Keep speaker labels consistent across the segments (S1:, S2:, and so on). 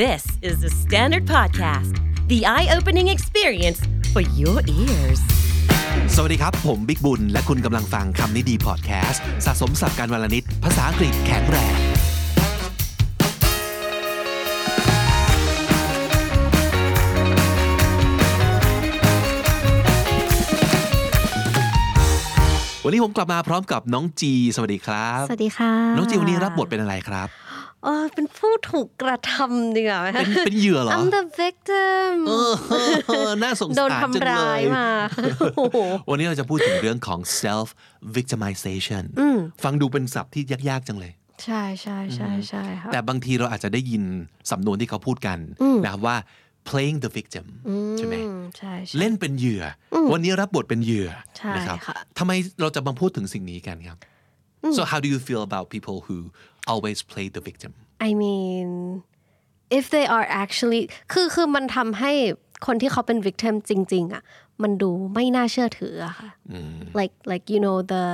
S1: This is the Standard Podcast, the eye opening experience for your ears.
S2: สวัสดีครับ ผมบิ๊กบุญ และคุณกำลังฟังคำนี้ดีพอดแคสต์สะสมสับการวลนิด ภาษาอังกฤษแข็งแรง วันนี้ผมกลับมาพร้อมกับน้องจี สวัสดีครับ
S3: สวัสดีค่ะ
S2: น้องจีวันนี้รับบทเป็นอะไรครับ
S3: เออเป็นผู้ถูกกระทำดีกว่าไหมคะ
S2: เป็นเป็นเหยื่อเหรอ
S3: I'm the victim
S2: เออ น่าสง
S3: โดน
S2: สารจัง
S3: ทำ
S2: เล
S3: ร้าย
S2: ย
S3: มาโอ้โห
S2: วันนี้เราจะพูดถึงเรื่องของ self victimization
S3: อืม
S2: ฟังดูเป็นศัพท์ที่ยาก ๆ จังเลย
S3: ใช่ใช่ใช่ใช่ค่ะ
S2: แต่บางทีเราอาจจะได้ยินสำนวนที่เขาพูดกันนะครับว่า playing the victim ใช่ไหม
S3: อืมใช่ใช่
S2: เล่นเป็นเหยื่ออวันนี้รับบทเป็นเหยื่อ
S3: ใช่
S2: นะครับ
S3: ค่ะ
S2: ทำไมเราจะมาพูดถึงสิ่งนี้กันครับ so how do you feel about people who always play the victim
S3: I mean if they are actually คือคือมันทำให้คนที่เขาเป็น victim จริง ๆ อ่ะ มันดูไม่น่าเชื่อถืออะค่ะ like like you know the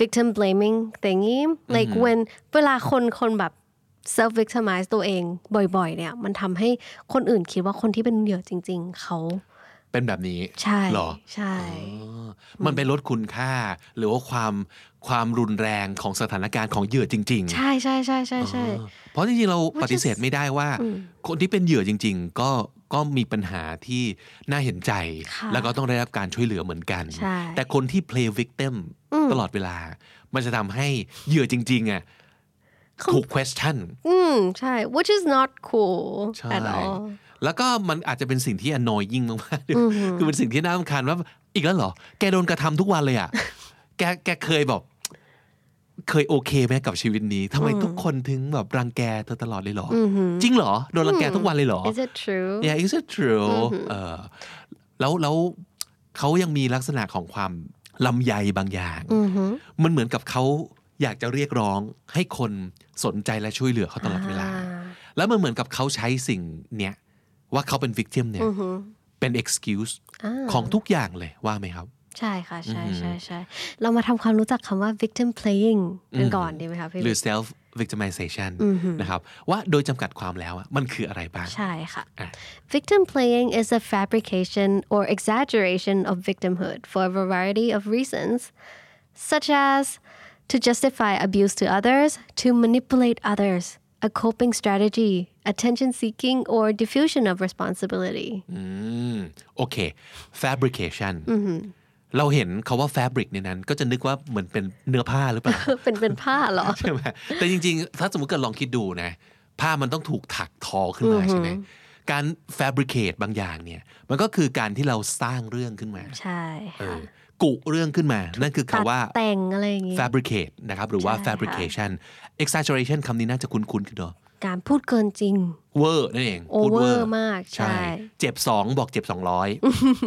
S3: victim blaming thingy like when เวลาคนคนแบบ self victimize ตัวเองบ่อย ๆ เนี่ย มันทำให้คนอื่นคิดว่าคนที่เป็นเหยื่อจริง ๆ เขา
S2: เป็นแบบนี้
S3: ใช่
S2: เหรอ
S3: ใช่
S2: อ๋อมันไปลดคุณค่า หรือว่าความความรุนแรงของสถานการณ์ของเหยื่อจริง ๆ
S3: ใช่ใช่ใช่ใช่ใช่
S2: อ่าเพราะจริงๆเราปฏิเสธไม่ได้ว่า คนที่เป็นเหยื่อจริง ๆ ก็ก็มีปัญหาที่น่าเห็นใจ
S3: ค่ะ
S2: แล้วก็ต้องได้รับการช่วยเหลือเหมือนกัน
S3: ใช่
S2: แต่คนที่ play victim ตลอดเวลา มันจะทำให้เหยื่อจริง ๆอ่ะถูก question
S3: อืมใช่ which is not cool
S2: ใช่
S3: at all
S2: แล้วก็มันอาจจะเป็นสิ่งที่ annoying มากๆด้วยคือเป็นสิ่งที่น่ารำคาญว่าอีกแล้วเหรอ แกโดนกระทำทุกวันเลยอ่ะ แกแกเคยแบบ เคยโอเคไหมกับชีวิตนี้ทำไมทุกคนถึงแบบรังแกเธอตลอดเลยเหรออจริงเหรอ โดนรังแกทุกวันเลยเหรอ
S3: is it true
S2: yeah is it true เออแล้วแล้วเขายังมีลักษณะของความลำใยบางอย่าง มันเหมือนกับเขาอยากจะเรียกร้องให้คนสนใจและช่วยเหลือเขาตลอดเวลา แล้วมันเหมือนกับเขาใช้สิ่งเนี้ยว่าเขาเป็นวิก t ิมเนี่ยเป็น excuse ของทุกอย่างเลยว่าไหมครับ
S3: ใช่ค่ะ ใช่ใช่ใช่เรามาทำความรู้จักคำว่า victim playing กันก่อนดีไหมคะพี่
S2: หรือ
S3: บิ๊ก
S2: self victimization นะครับว่าโดยจำกัดความแล้วอะมันคืออะไรบ้าง
S3: ใช่ค่ะ
S2: อ่ะ
S3: victim playing is a fabrication or exaggeration of victimhood for a variety of reasons such as to justify abuse to others to manipulate others a coping strategy attention seeking or diffusion of responsibility
S2: โอเค fabrication เราเห็นคาว่า fabric ในนั้น ก็จะนึกว่าเหมือนเป็นเนื้อผ้าหรือเปล่า
S3: เป็นเป็นผ้าเหรอ
S2: ใช่ไหมแต่จริงๆ ถ้าสมมติเกิดลองคิดดูนะ ผ้ามันต้องถูกถักทอขึ้นมาใช่ไหมการ fabricate บางอย่างเนี่ย มันก็คือการที่เราสร้างเรื่องขึ้นมา
S3: ใช่
S2: เอ
S3: ค่ะ
S2: อกุเรื่องขึ้นมา นั่นคือคำว่า
S3: ตัดแต่งอะไรอย่างงี้
S2: fabricate นะครับ หรือว่า
S3: ใช่ค่ะ
S2: fabrication exaggeration คำนี้น่าจะคุ้นๆกันเนาะ
S3: การพูดเกินจริง
S2: เวอร์นั่นเอง
S3: โอ
S2: พูด
S3: เวอ
S2: เวอ
S3: ร์
S2: ร์
S3: มากใช่
S2: ใช่ เจ็บสองบอกเจ็บสองร้อย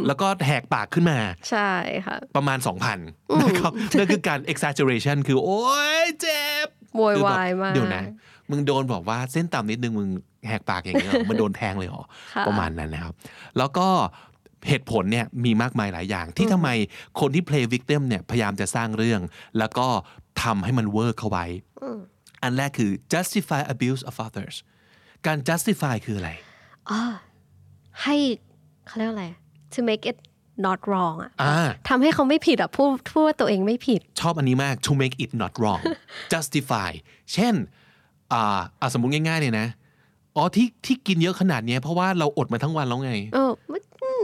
S2: แล้วก็แหกปากขึ้นมา
S3: ใช่ค่ะ
S2: ประมาณ 2,000นะครับ นั่นคือการ exaggeration คือ โอ๊ย เจ็บ
S3: โวยวาย
S2: คือแบบ
S3: มาก
S2: เดี๋ยวนะ มึงโดนบอกว่าเส้นต่ำนิดนึง มึงแหกปากอย่างเงี้ย เหรอมันโดนแทงเลยเหรอ ประมาณนั้นนะครับ แล้วก็เหตุผลเนี่ยมีมากมายหลายอย่าง ที่ทำไมคนที่ play victim เนี่ยพยายามจะสร้างเรื่อง แล้วก็ทำให้มันเวอร์เข้าไว้ อันแรกคือ justify abuse of others การ justify คืออะไร
S3: ให้เขาเรียกว่าอะไร to make it not wrong อะ
S2: อ่า
S3: ทำให้เขาไม่ผิดอะพูดพูดว่าตัวเองไม่ผิด
S2: ชอบอันนี้มาก to make it not wrong justify เช่นอ่าอ่ะสมมุติง่ายๆเนี่ยนะ อ๋อที่ที่กินเยอะขนาดเนี้ยเพราะว่าเราอดมาทั้งวันแล้วไง
S3: เออไม่อืม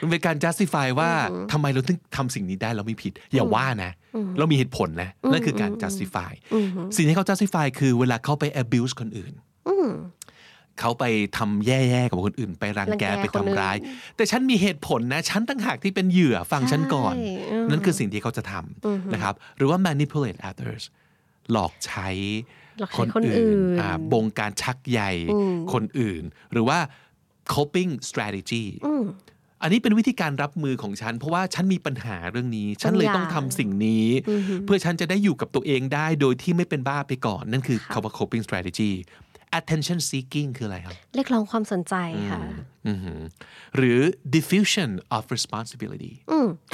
S2: มันเป็นการ justify ว่าทำไมเราถึงทำสิ่งนี้ได้เราไม่ผิด อย่าว่านะ เรามีเหตุผลนะ นั่นคือการ justify สิ่งที่เขา justify คือเวลาเขาไป abuse คนอื่น เขาไปทำแย่ๆกับคนอื่น ไปรังแกไปทำร้าย แต่ฉันมีเหตุผลนะ ฉันตั้งหากที่เป็นเหยื่อฟังฉันก่อน นั่นคือสิ่งที่เขาจะทำนะครับ หรือว่า manipulate others หลอกใช้
S3: หลอกใช้คนอื่น
S2: อ่าบงการชักใยคนอื่น หรือว่า coping strategy อันนี้เป็นวิธีการรับมือของฉัน เพราะว่าฉันมีปัญหาเรื่องนี้ ฉันเลยต้องทำสิ่งนี้ เพื่อฉันจะได้อยู่กับตัวเองได้โดยที่ไม่เป็นบ้าไปก่อน นั่นคือคำว่า coping strategy attention seeking คืออะไรครับ
S3: เรียกร้องความสนใจค่ะ
S2: อือหือหรือ diffusion of responsibility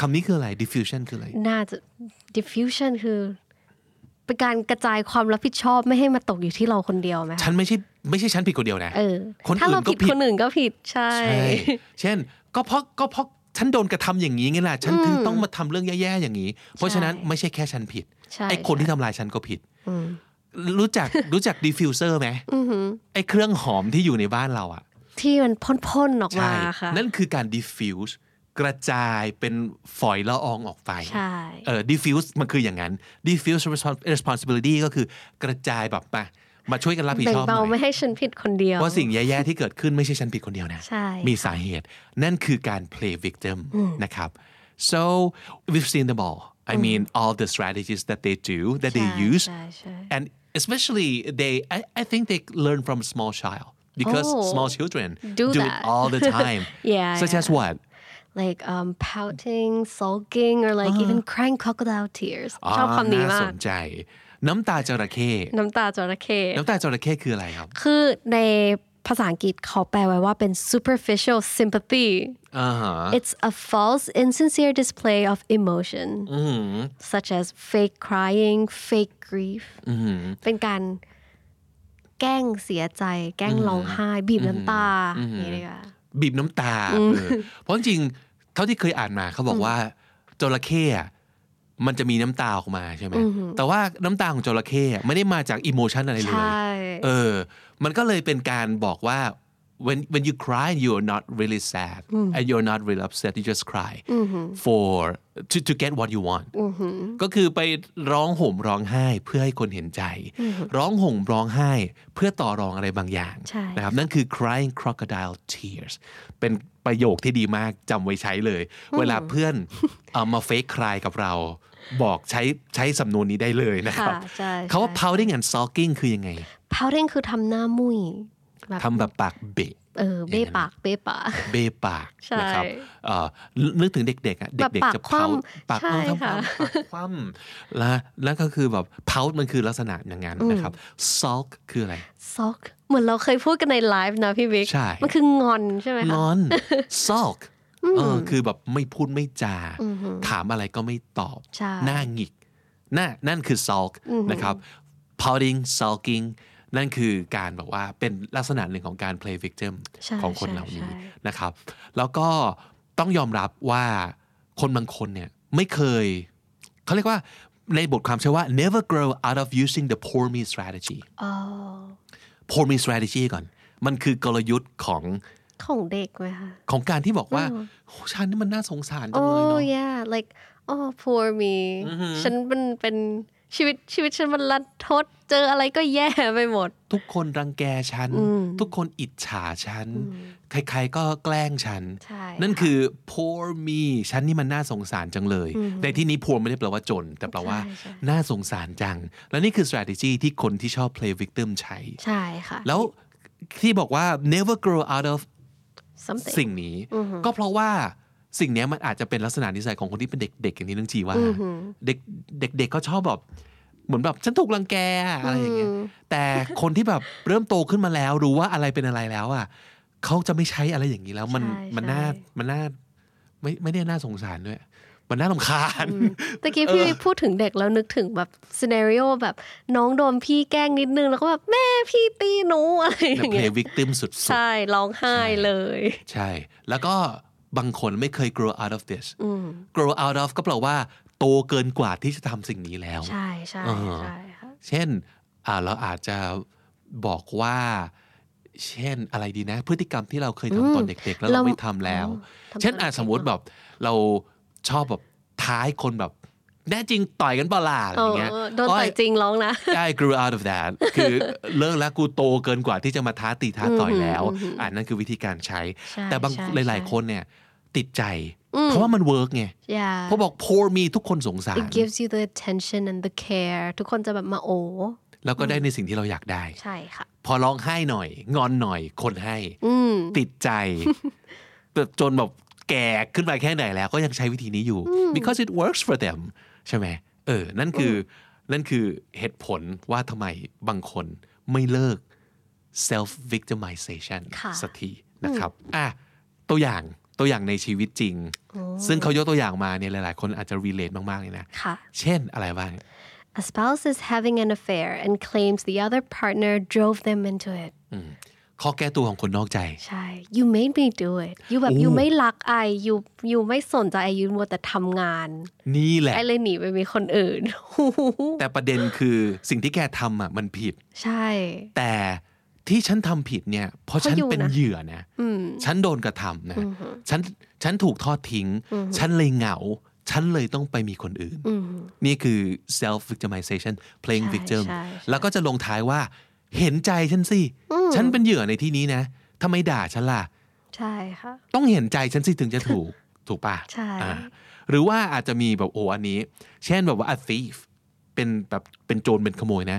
S2: คำนี้คืออะไร diffusion คืออะไร
S3: น่าจะ diffusion คือ เป็นการกระจายความรับผิดชอบไม่ให้มาตกอยู่ที่เราคนเดียวไหม
S2: ฉันไม่ใช่ไม่ใช่ฉันผิดคนเดียวนะ
S3: เออ
S2: คน
S3: ถ้า
S2: อื่
S3: เรา
S2: นก็
S3: ผิด
S2: ผิด
S3: คนอื่นก็ผิดใช่
S2: ใช่ เช่น ก็เพราะก็เพราะฉันโดนกระทำอย่างนี้ไงล่ะ ฉันถึงต้องมาทำเรื่องแย่ๆอย่างนี้ เพราะฉะนั้นไม่ใช่แค่ฉันผิด
S3: ใช่
S2: ไอ้คน
S3: ใช่
S2: ที่ทำลายฉันก็ผิด รู้จักรู้จักดีฟิวเซอร์ไหมไอ้เครื่องหอมที่อยู่ในบ้านเราอะ
S3: ที่มันพ่นๆออกมา
S2: ใช่
S3: ค่ะ
S2: นั่นคือการ diffuse กระจายเป็นฝอยละอองออกไป
S3: ใช่
S2: เออ diffuse มันคืออย่างนั้น diffuse respons- responsibility ก็คือกระจายแบบมา มาช่วยกันรับผิด
S3: แบ่
S2: ช
S3: ง
S2: อบห
S3: เบา
S2: น่อย
S3: ไม่ให้ฉันผิดคนเดียว
S2: เพราะสิ่งแย่ๆที่เกิดขึ้นไม่ใช่ฉันผิดคนเดียวนะ
S3: ใช่
S2: มีสาเหตุ นั่นคือการ play victim นะครับ so we've seen them all I mean all the strategies that they do that they
S3: ใช่
S2: use
S3: ใช่ใช่
S2: and especially they I, I think they learn from small child because
S3: Oh.
S2: small children
S3: Do
S2: it
S3: that.
S2: all the time
S3: Yeah,
S2: such
S3: yeah.
S2: as what
S3: like um pouting sulking or like even crying crocodile tears ชอบคำ
S2: น่าม
S3: นี้าก
S2: สนใจ น้ำตาจระเข้
S3: น้ำตาจระเข้
S2: น้ำตาจระเข้คืออะไรครับ
S3: คือในภาษาอังกฤษเขาแปลไว้ว่าเป็น superficial sympathy
S2: อ่าฮะ
S3: it's a false insincere display of emotion such as fake crying fake grief เป็นการแกล้งเสียใจ แกล้งร้องไห้ บีบน้ำตาอย่างนี้เลยค่ะ
S2: บีบน้ำตาเออเพราะจริงๆเท่าที่เคยอ่านมาเขาบอกว่าจระเข้อะมันจะมีน้ำตาออกมาใช่ไหมแต่ว่าน้ำตาของจระเข้อะไม่ได้มาจากอิโมชันอะไรเล
S3: ใช่
S2: ย เออ มันก็เลยเป็นการบอกว่า when when you cry you're not really sad and you're not really upset you just cry for to to get what you want ก็คือไปร้องห่มร้องไห้เพื่อให้คนเห็นใจ ร้องห่มร้องไห้เพื่อต่อรองอะไรบางอย่าง
S3: ใช่
S2: นะครับนั่นคือ crying crocodile tears เป็นประโยคที่ดีมากจำไว้ใช้เลย เวลาเพื่ อนเอามาเฟ e ค cry กับเรา บอกใช้ใช้สำนวนนี้ได้เลยนะครับ
S3: ค่ะใช่ใช่
S2: เขาว่า pouting and sulking คือยังไง
S3: pouting คือทำหน้ามุยแบบ
S2: ทำแบบปากเบะ
S3: เออเบ้ปากเบ้ปาก
S2: เบะปาก
S3: ใช่
S2: นะครับเอ่อนึกถึงเด็กๆอ่ะเด็ก
S3: แบบปาก
S2: ๆจะ
S3: คว่
S2: เผา
S3: ำ
S2: ปาก
S3: ใช่
S2: เออทั้งค
S3: ค่ะ
S2: ว่ำปากคว่ำแล้วแล้วก็คือแบบเผามันคือลักษณะอย่างนั้นนะครับ sulk คืออะไร
S3: ซอกเหมือนเราเคยพูดกันในไลฟ์นะพี่บิ๊ก
S2: ใช่
S3: มันคืองอนใช่ไหม
S2: ง
S3: คะ
S2: อน sulk เออคือแบบไม่พูดไม่จา ถามอะไรก็ไม่ตอบ
S3: ใช่
S2: หน้าหงิกน่านั่นคือ sulk นะครับ pouting sulking นั่นคือการแบบว่าเป็นลักษณะหนึ่งของการ play victim
S3: ใช่
S2: ของคน
S3: ใช่
S2: เหล่านี้
S3: ใช่
S2: นะครับ แล้วก็ต้องยอมรับว่าคนบางคนเนี่ยไม่เคย เขาเรียกว่าในบทความใช้ว่า never grow out of using the poor me strategy
S3: อ๋อ
S2: poor me strategy ก่อน มันคือกลยุทธ์ของ
S3: ของเด็กไหมคะ
S2: ของการที่บอกว่าโอ้ฉันนี่มันน่าสงสารจั
S3: โอ้
S2: งเลยเนาะ
S3: yeah like oh poor me ฉันมันเป็นชีวิตชีวิตฉันมันรันทด เจออะไรก็แย่ไปหมด
S2: ทุกคนรังแกฉัน ทุกคนอิจฉาฉัน ใครๆก็แกล้งฉัน
S3: ใช่
S2: นั่นคือ poor me ฉันนี่มันน่าสงสารจังเลย ในที่นี้ poor ไม่ได้แปลว่าจน แต่แปลว่า
S3: ใช่ใช่
S2: น่าสงสารจัง และนี่คือ strategy ที่คนที่ชอบ play victim ใช้
S3: ใช่ค่ะ
S2: แล้วที่บอกว่า never grow out of
S3: something
S2: สิ่งนี้ ก็เพราะว่าสิ่งเนี้ยมันอาจจะเป็นลักษณะนิสัยของคนที่เป็นเด็กๆอย่างนี้เรื่องจีว่าเด็กเด็กๆเขาชอบแบบเหมือนแบบฉันถูกรังแกอะอะไรอย่างเงี้ยแต่ คนที่แบบเริ่มโตขึ้นมาแล้วรู้ว่าอะไรเป็นอะไรแล้วอ่ะเขาจะไม่ใช้อะไรอย่างนี้แล้วมัน
S3: ใช่
S2: มัน
S3: ใช่
S2: น่ามันน่าไม่ไม่ได้น่าสงสารด้วย มันน่าลำคาญ
S3: ตะกี้พี่วิพูดถึงเด็กแล้วนึกถึงแบบซีเนรีโอแบบน้องโดนพี่แกล้งนิดนึง แล้วก็แบบ แม่พี่ตีหนูอะไรอ
S2: และ
S3: ย่างเงี้
S2: play
S3: ย
S2: victim สุดๆ
S3: ใช่ร้องไห้เลย
S2: ใช่ แล้วก็บางคนไม่เคย grow out of this grow out of ก็แปลว่า โตเกินกว่าที่จะทำสิ่งนี้แล้ว
S3: ใช่ใช่
S2: อ่าฮะ
S3: ใช่ค่ะ
S2: เช่นอ่าเราอาจจะบอกว่า เช่นอะไรดีนะ พฤติกรรมที่เราเคยทำตอนเด็กๆ แล้วเรา
S3: เรา
S2: ไม่ทำแล้ว เช่นอาจสมมติแบบเราชอบแบบท้ายคนแบบแน่จริงต่อยกันเปล่าล่ะอะไรอย่างเงี้ย
S3: เออโดนต่อย จริงร้องนะ
S2: ได้ grew out of that คือเลิกแล้วกูโตเกินกว่าที่จะมาท้าตีท้าต่อยแล้วอ่านั่นคือวิธีการใช้
S3: ใช่
S2: แต่บาง
S3: ใช่
S2: หลาย
S3: ใช่
S2: ๆ คนเนี่ยติดใจ เพราะว่ามันเวิร์กไง
S3: yeah
S2: เพราะบอก poor me ทุกคนสงสาร
S3: it gives you the attention and the care ทุกคนจะแบบมาโอ้
S2: แล้วก็ได้ในสิ่งที่เราอยากได้
S3: ใช่ค่ะ
S2: พอร้องไห้หน่อย งอนหน่อยคนให้ ติด ใจแบบจนแบบแก่ขึ้นมาแค่ไหนแล้วก็ยังใช้วิธีนี้อยู่ because it works for them ใช่ไหมเออ นั่นคืออนั่นคือเหตุผลว่าทำไมบางคนไม่เลิก self victimization
S3: ค่ะ
S2: สักทีนะครับอ่ะตัวอย่างตัวอย่างในชีวิตจริง ซึ่งเขายกตัวอย่างมาเนี่ยหลาย ๆ คนอาจจะ relate มาก ๆ เลยนะ
S3: ค่ะ
S2: เช่นอะไรบ้าง
S3: a spouse is having an affair and claims the other partner drove them into it
S2: ข้อแก้ตัวของคนนอกใจ
S3: ใช่ you made me do it you แบบ you ไม่รักไอ you you ไม่สนใจไอ you มัวแต่ทำงาน
S2: นี่แหละ
S3: ไอเลยหนีไปมีคนอื่น
S2: แต่ประเด็นคือสิ่งที่แกทำอ่ะมันผิด
S3: ใช่
S2: แต่ที่ฉันทำผิดเนี่ย เพราะฉัน
S3: เขาอยู่
S2: เป็น
S3: นะ
S2: เหยื่อนะฉันโดนกระทำนะฉันฉันถูกทอดทิ้ง ฉันเลยเหงา ฉันเลยต้องไปมีคนอื่น นี่คือ self victimization playing
S3: ใช่
S2: victim
S3: ใช่ใช่
S2: แล้วก็จะลงท้ายว่า เห็นใจฉันสิ ฉันเป็นเหยื่อในที่นี้นะทำไมด่าฉันล่ะ
S3: ใช่ค่ะ
S2: ต้องเห็นใจฉันสิถึงจะถูก ถูกป่ะ
S3: ใช่
S2: อ่าหรือว่าอาจจะมีแบบโอ้อันนี้ เช่นแบบว่า a thief เป็นแบบเป็นโจรเป็นขโมยนะ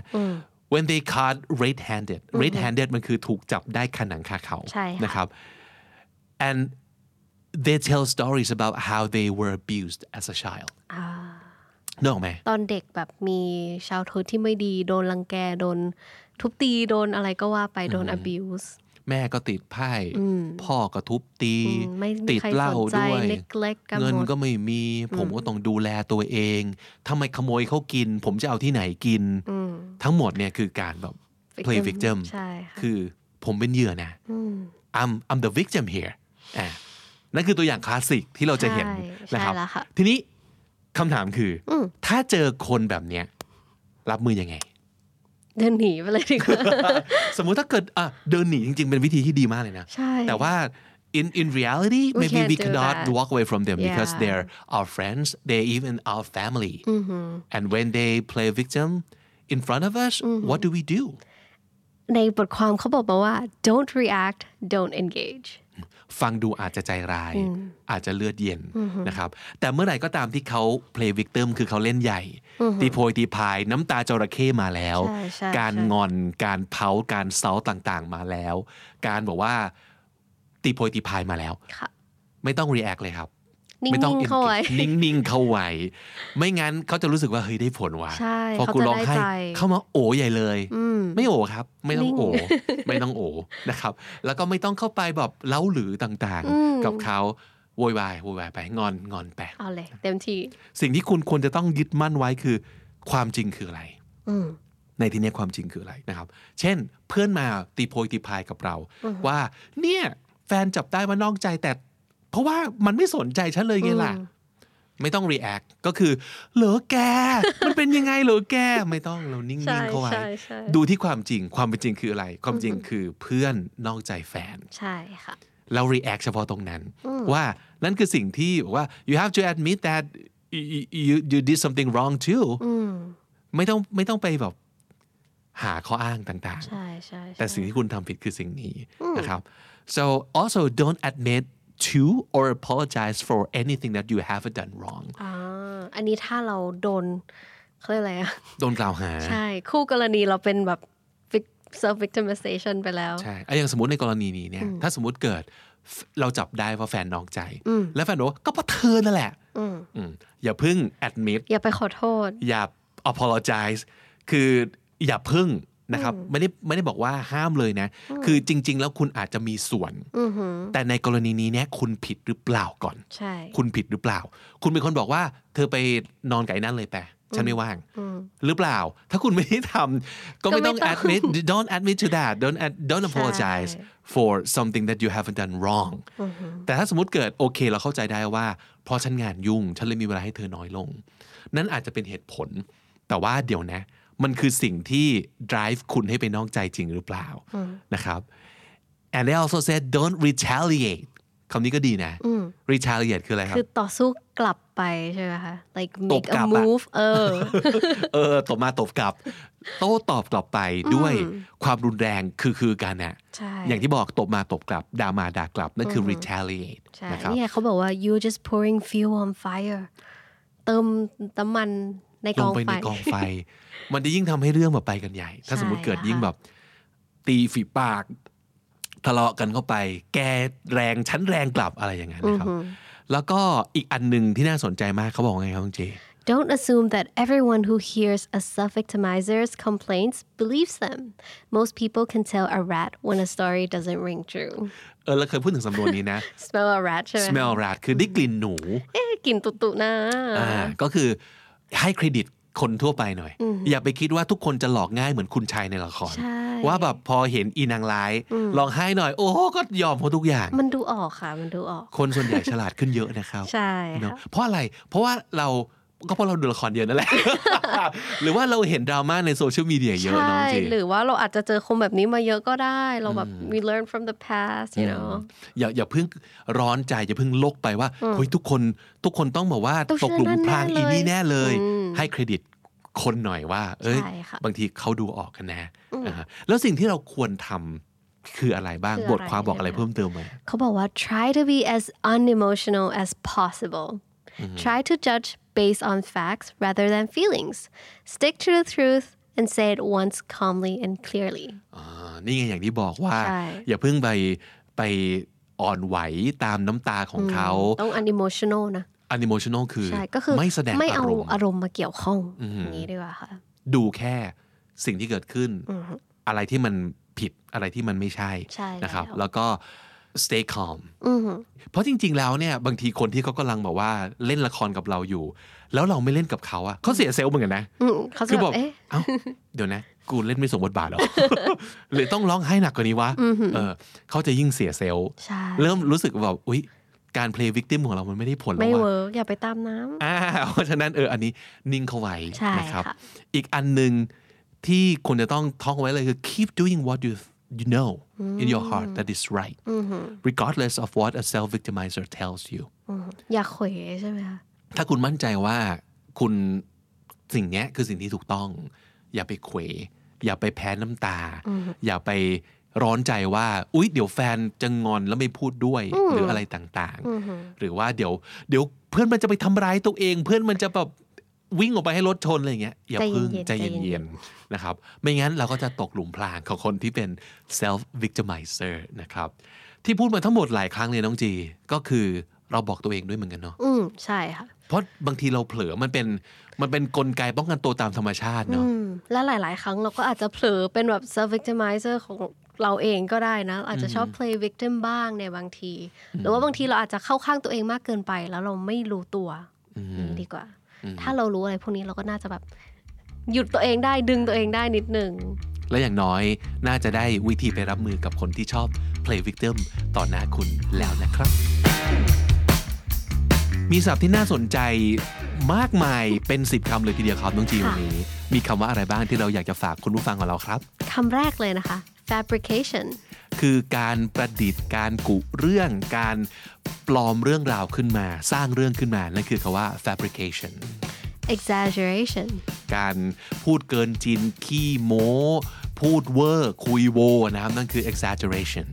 S2: when they caught red handed red handed มันคือถูกจับได้ขนังคาเขา
S3: ใช่ค่ะ
S2: นะครับ and they tell stories about how they were abused as a child นึกออกไหม
S3: ตอนเด็กแบบมีชาวทุตที่ไม่ดีโดนรังแกโดนทุบตีโดนอะไรก็ว่าไปโดน abuse
S2: แม่ก็ติดไพ่พ่อก็ทุบตี
S3: อืมไม่มี
S2: ติด
S3: ใคร
S2: เหล้า
S3: สนใจ
S2: ด้วย
S3: neglect กันหมด
S2: เงินก็ไม่มี ผมก็ต้องดูแลตัวเองถ้าไม่ขโมยเขากิน ผมจะเอาที่ไหนกิน ทั้งหมดเนี่ยคือการแบบ play victim
S3: ใช่ค่ะ
S2: คือผมเป็นเหยื่อนะ I'm I'm the victim here อ่ะนั่นคือตัวอย่างคลาสสิกที่เราจะเห็น
S3: ใช่
S2: นะครับ
S3: ใช่แล้วค่ะ
S2: ทีนี้คำถามคืออถ้าเจอคนแบบเนี้ยรับมือยังไง
S3: เดินหนีไปเลยดีกว่า
S2: สมมุติถ้าเกิดอ่ะเดินหนีจริง ๆ เป็นวิธีที่ดีมากเลยนะ
S3: ใช่
S2: แต่ว่า in in reality
S3: We
S2: maybe
S3: can't
S2: we
S3: do
S2: cannot
S3: that.
S2: walk away from them because
S3: Yeah.
S2: they're our friends they even our family and when they play victim in front of us what do we do
S3: ในบทความเขาบอกมาว่า don't react don't engage
S2: ฟังดูอาจจะใจร้าย อาจจะเลือดเย็นนะครับ แต่เมื่อไหร่ก็ตามที่เขา play victim คือเขาเล่นใหญ่ ตีโพยตีพายน้ำตาจระเข้มาแล้ว
S3: ใช่ใช่
S2: การ
S3: ใช่
S2: งอนการเผาการเซาต่างๆมาแล้ว การบอกว่าตีโพยตีพายมาแล้ว
S3: ค่ะ
S2: ไม่ต้อง react เลยครับ
S3: นิ่งๆ
S2: ไม่ต้อง engage
S3: เข้าไว้
S2: นิ่งๆ เข้าไว้ ไม่งั้นเขาจะรู้สึกว่าเฮ้ยได้ผลว่ะ
S3: ใช่
S2: พอกูร้อง
S3: เขาจะได้
S2: ให้
S3: ใจ
S2: เข้ามาโอใหญ่เลย ไม่โอครับ ไม่ต้อง
S3: นิ่ง
S2: โอ ไม่ต้องโอนะครับ แล้วก็ไม่ต้องเข้าไปแบบเล้าหรือต่างๆ กับเขาโวยวายโวยวายไปงอนงอนไป
S3: เอาเลยเต็มที่
S2: สิ่งที่คุณควรจะต้องยึดมั่นไว้คือ ความจริงคืออะไร ในที่เนี้ยความจริงคืออะไรนะครับ เช่น เพื่อนมาตีโพยตีพายกับเรา ว่า เนี่ย แฟนจับได้ว่านอกใจแต่ เพราะว่ามันไม่สนใจฉันเลยไงล่ะ ไม่ต้อง react ก็คือ เหรอแก มันเป็นยังไงเหรอแก ไม่ต้องเรานิ่ง
S3: ใช่
S2: ๆเข้าไว้
S3: ใช่ใช่
S2: ดูที่ความจริงความเป็นจริงคืออะไร ความจริงคือเพื่อนนอกใจแฟน
S3: ใช่ค่ะ
S2: เรา react เฉพาะตรงนั้น ว่านั่นคือสิ่งที่บอกว่า you have to admit that you- you- you you did something wrong too ไม่ต้องไม่ต้องไปแบบหาข้ออ้างต่าง
S3: ใช่ใช่
S2: ๆ
S3: ใช่
S2: แต่สิ่งที่คุณทำผิดคือสิ่งนี้นะครับ so also don't admit to or apologize for anything that you haven't done wrong
S3: อ่าอันนี้ถ้าเราโดนเขาเรียกอะไรอะ
S2: โดนกล่าวหา
S3: ใช่ คู่กรณีเราเป็นแบบ vic- self victimization ไปแล้ว
S2: ใช่อ่ะอย่างสมมติในกรณีนี้เนี่ย ถ้าสมมติเกิดฟเราจับได้ว่าแฟนนอกใจ แล้วแฟนบอกว่าก็เพราะเธอนั่นแหละอืมอย่าเพิ่ง admit
S3: อย่าไปขอโทษ
S2: อย่า apologize คืออย่าพึ่งนะครับ ไม่ได้ไม่ได้บอกว่าห้ามเลยนะ คือจริง ๆ แล้วคุณอาจจะมีส่วน แต่ในกรณีนี้เนี่ยคุณผิดหรือเปล่าก่อน
S3: ใช่
S2: คุณผิดหรือเปล่า คุณเป็นคนบอกว่า เธอไปนอนไก่นั่นเลยแปะฉันไม่ว่าง หรือเปล่า ถ้าคุณไม่ได้ทำก็ไม่ต้อง
S3: ก็ไม่
S2: admit
S3: ต้อง
S2: don't admit to that don't ad- don't apologize
S3: ใช่
S2: for something that you haven't done wrong แต่ถ้าสมมติเกิดโอเคเราเข้าใจได้ว่า เพราะฉันงานยุ่ง ฉันเลยมีเวลาให้เธอน้อยลง นั่นอาจจะเป็นเหตุผล แต่ว่าเดี๋ยวนะ มันคือสิ่งที่ drive คุณให้ไปนอกใจจริงหรือเปล่านะครับ and they also said don't retaliate คำนี้ก็ดีนะ retaliate คืออะไรครับ
S3: คือต่อสู้กลับไปใช่ไหมคะ like
S2: ตบ
S3: make
S2: กลั
S3: a
S2: บอะ
S3: move เอ อ
S2: เออตบมาตบกลับ โต้ตอบกลับไปด้วยความรุนแรงคือคือกันน่ะ
S3: ใช่
S2: อย่างที่บอกตบมาตบกลับด่ามาด่ากลับ นั่นคือ retaliate
S3: ใช่
S2: นะครับ
S3: นี่ไงเขาบอกว่า you just pouring fuel on fire เติมน้ำมันในก
S2: ล
S3: อง ง
S2: ไป
S3: ไฟ
S2: ในกองไฟ มันจะยิ่งทำให้เรื่องแบบไปกันใหญ่ ถ้าสมมติเกิดยิ่งแบบ ตีฝีปาก ทะเลาะกันเข้าไป แกแรงชั้นแรงกลับอะไรอย่างนั้นนะครับ แล้วก็อีกอันหนึ่งที่น่าสนใจมากเขาบอกว่าไงครับคุณเจ
S3: Don't assume that everyone who hears a self-victimizer's complaints believes them. Most people can tell a rat when a story doesn't ring true.
S2: เออเราเคยพูดถึงสำนวนนี้นะ
S3: Smell a rat Eh, ใช่ไหม
S2: smell rat คือได้กลิ่นหนู Ah.
S3: เอ๊ะกลิ่นตุ่ๆนะ
S2: อ่าก็คือให้เครดิต คนทั่วไปหน่อย อย่าไปคิดว่าทุกคนจะหลอกง่ายเหมือนคุณชายในละคร
S3: ใช่
S2: ว่าแบบพอเห็นอีนางร้ายร้องไห้หน่อย โอ้ก็ยอมเขาทุกอย่าง
S3: มันดูออกค่ะ มันดูออก
S2: คนส่วนใหญ่ฉลาดขึ้นเยอะนะครับ
S3: ใช่
S2: เนอะ
S3: ค่ะ
S2: เพราะอะไร เพราะว่าเราก็เพราะเราดูละครเยอะนั่นแหละ หรือว่าเราเห็นดราม่าในโซเชียลมีเดียเยอะน้อง
S3: ใช่
S2: จี
S3: หรือว่าเราอาจจะเจอคนแบบนี้มาเยอะก็ได้ เราแบบ we learn from the past you know
S2: อย่าอย่าเพิ่งร้อนใจ อย่าเพิ่งโลกไปว่าเฮ้ยทุกคนทุกคนต้องบอกว่า
S3: ต้อ
S2: ต
S3: งเชื่อก
S2: หลุมพราง
S3: แน่ๆ
S2: อีนี่แน่เลย
S3: อืม
S2: ให้เครดิตคนหน่อยว่า เอ้ย
S3: ใช่ค่ะ
S2: บางทีเขาดูออกกันนะอ่าฮะแล้วสิ่งที่เราควรทำคืออะไรบ้าง
S3: คืออะไร
S2: บทความบอกอะไรเพิ่มเติมไหม
S3: เขาบอกว่า try to be as unemotional as possible
S2: Mm-hmm.
S3: try to judge based on facts rather than feelings stick to the truth and say it once calmly and clearly
S2: อ่านี่ไงอย่างที่บอกว่า
S3: ใช่
S2: อย่าเพิ่งไปไปอ่อนไหวตามน้ำตาของเขา
S3: ต้อง unemotional นะ
S2: อัน m ิโมชั่นอลคือ
S3: ใช่ ก็คือ
S2: Mm. ไม่แสดง
S3: ไม่
S2: อาร
S3: เอา
S2: มณ์
S3: อารมณ์มาเกี่ยวข้องอย่างนี้ดีกว่าค่ะ
S2: ดูแค่สิ่งที่เกิดขึ้น อะไรที่มันผิดอะไรที่มันไม่ใช่
S3: ใช่
S2: นะครับ
S3: แล้ว
S2: แล้วก็ stay calm เพราะจริง ๆ แล้วเนี่ย บางทีคนที่เขากำลังแบบว่าเล่นละครกับเราอยู่ แล้วเราไม่เล่นกับเขาอะเขาเสียเซลล์เหมือนกันนะ
S3: อืมเขาจะ
S2: คือ
S3: แบบ บอก บเอ๊ะ
S2: เอ้า เดี๋ยวนะ กูเล่นไม่สมบทบา ทหรอ หรือต้องร้องไห้หนักกว่านี้วะเออเขาจะยิ่งเสียเซลล์
S3: ใช่
S2: เริ่มรู้สึกแบบอุ๊ย การ play victim ของเรามันไม่ได้ผลแล้
S3: ไม่
S2: วว่ะ
S3: เวิร์กอย่าไปตามน้ำ
S2: อ่า เพราะฉะนั้นเอออันนี้นิ่งเข้าไว้
S3: ใช่
S2: นะครับ
S3: ค่ะ
S2: อีกอันหนึ่งที่ควรจะต้องท่องไว้เลยคือ keep doing what you you know in your heart that is right regardless of what a self victimizer tells you
S3: อย่าเขวใช่ไหมคะ
S2: ถ้าคุณมั่นใจว่าคุณสิ่งเนี้ยคือสิ่งที่ถูกต้อง อย่าไปเขวอย่าไปแพ้น้ำตา อย่าไปร้อนใจว่า อุ๊ย เดี๋ยวแฟนจะงอนแล้วไม่พูดด้วยหรืออะไรต่างๆ หรือว่าเดี๋ยว เดี๋ยวเพื่อนมันจะไปทำร้ายตัวเอง เพื่อนมันจะแบบวิ่งออกไปให้รถชนอะไรอย่างเงี้ยอย่าเพึ่ง
S3: ใจ
S2: ใจ
S3: เย็นๆ
S2: เย็นๆนะครับ ไม่งั้นเราก็จะตกหลุมพรางของคนที่เป็น self victimizer นะครับ ที่พูดมาทั้งหมดหลายครั้งเลยน้องจี ก็คือเราบอกตัวเองด้วยเหมือนกันเนาะ
S3: อืมใช่ค่ะ
S2: เพราะบางทีเราเผลอ มันเป็น มันเป็นกลไกป้องกันตัวตามธรรมชาติเนาะ
S3: อืมและหลาย ๆ ครั้งเราก็อาจจะเผลอเป็นแบบ self victimizer ของเราเองก็ได้นะ อาจจะชอบ play victim บ้างในบางที หรือว่าบางทีเราอาจจะเข้าข้างตัวเองมากเกินไป แล้วเราไม่รู้ตัวนี่ดีกว่า ถ้าเรารู้อะไรพวกนี้เราก็น่าจะแบบหยุดตัวเองได้ดึงตัวเองได้นิดหนึ่ง
S2: และอย่างน้อยน่าจะได้วิธีไปรับมือกับคนที่ชอบ play victim ต่อหน้าคุณแล้วนะครับ มีศัพท์ที่น่าสนใจมากมายเป็นสิบคำเลยทีเดียวครับน้องจีวันนี้ มีคำว่าอะไรบ้างที่เราอยากจะฝากคุณผู้ฟังของเราครับ
S3: คำแรกเลยนะคะ fabrication
S2: คือการประดิษฐ์การกุเรื่องการปลอมเรื่องราวขึ้นมา สร้างเรื่องขึ้นมานั่นคือคำว่า fabrication
S3: exaggeration
S2: การพูดเกินจริงขี้โม้ พูดเวอร์ คุยโวนะครับ นั่นคือ exaggeration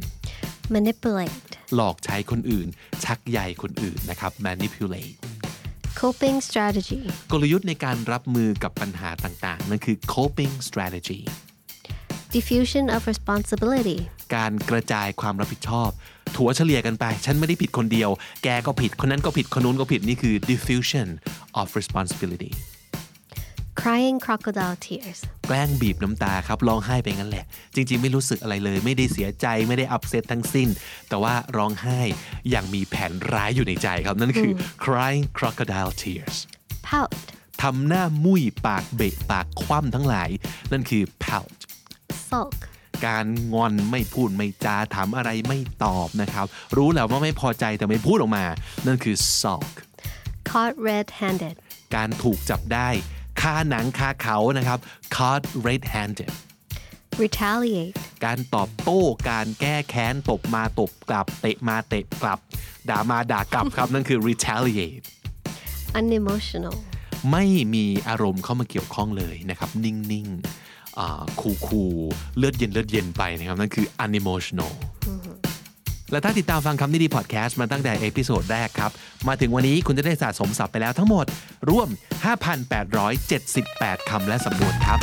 S3: manipulate
S2: หลอกใช้คนอื่น ชักใยคนอื่นนะครับ manipulate
S3: coping strategy
S2: กลยุทธ์ในการรับมือกับปัญหาต่างๆ นั่นคือ coping strategy
S3: diffusion of responsibility
S2: การกระจายความรับผิดชอบ ถัวเฉลี่ยกันไป ฉันไม่ได้ผิดคนเดียว แกก็ผิด คนนั้นก็ผิด คนนู้นก็ผิด นี่คือ diffusion of responsibility
S3: crying crocodile tears
S2: แกล้งบีบน้ำตาครับร้องไห้ไปงั้นแหละ จริง ๆ ไม่รู้สึกอะไรเลย ไม่ได้เสียใจไม่ได้อับเซตทั้งสิ้น แต่ว่าร้องไห้อย่างมีแผนร้ายอยู่ในใจครับ นั่นคืออ crying crocodile tears
S3: pout
S2: ทำหน้ามุยปากเบะปากคว่ำทั้งหลาย นั่นคือ pout
S3: sulk
S2: การงอนไม่พูดไม่จาถามอะไรไม่ตอบนะครับ รู้แล้วว่าไม่พอใจแต่ไม่พูดออกมา นั่นคือ sulk
S3: caught red-handed
S2: การถูกจับได้คาหนังคาเขานะครับ caught red-handed
S3: retaliate
S2: การตอบโต้การแก้แค้นตบมาตบกลับ เตะมาเตะกลับ ด่ามาด่ากลับครับ นั่นคือ retaliate
S3: unemotional
S2: ไม่มีอารมณ์เข้ามาเกี่ยวข้องเลยนะครับ นิ่งๆอ่าคูลๆเลือดเย็นเลือดเย็นไปนะครับ นั่นคือ unemotional และถ้าติดตามฟังคำนี้ดีพอดแคสต์มาตั้งแต่เอพิโซดแรกครับ มาถึงวันนี้คุณจะได้สะสมศัพท์ไปแล้วทั้งหมด รวม 5,878 คำและสำนวนครับ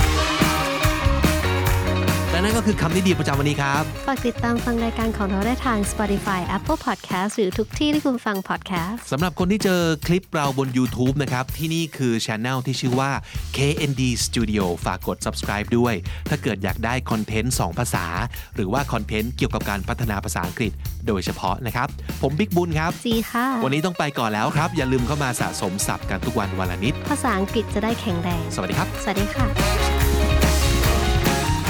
S2: และ และนั่นก็คือคำนิยมประจำวันนี้ครับ
S3: ฝากติดตามฟังรายการของเราได้ทาง Spotify Apple Podcast หรือทุกที่ที่คุณฟัง podcast
S2: สำหรับคนที่เจอคลิปเราบน YouTube นะครับ ที่นี่คือช anel ที่ชื่อว่า KND Studio ฝากกด subscribe ด้วย ถ้าเกิดอยากได้คอนเทนต์ 2 ภาษา หรือว่าคอนเทนต์เกี่ยวกับการพัฒนาภาษาอังกฤษโดยเฉพาะนะครับ ผมบิ๊กบุญครับ
S3: จีค่ะ
S2: วันนี้ต้องไปก่อนแล้วครับ อย่าลืมเข้ามาสะสมศัพท์กันทุกวันวันละนิด
S3: ภาษาอังกฤษจะได้แข็งแรง
S2: สวัสดีครับ
S3: สวัสดีค่ะ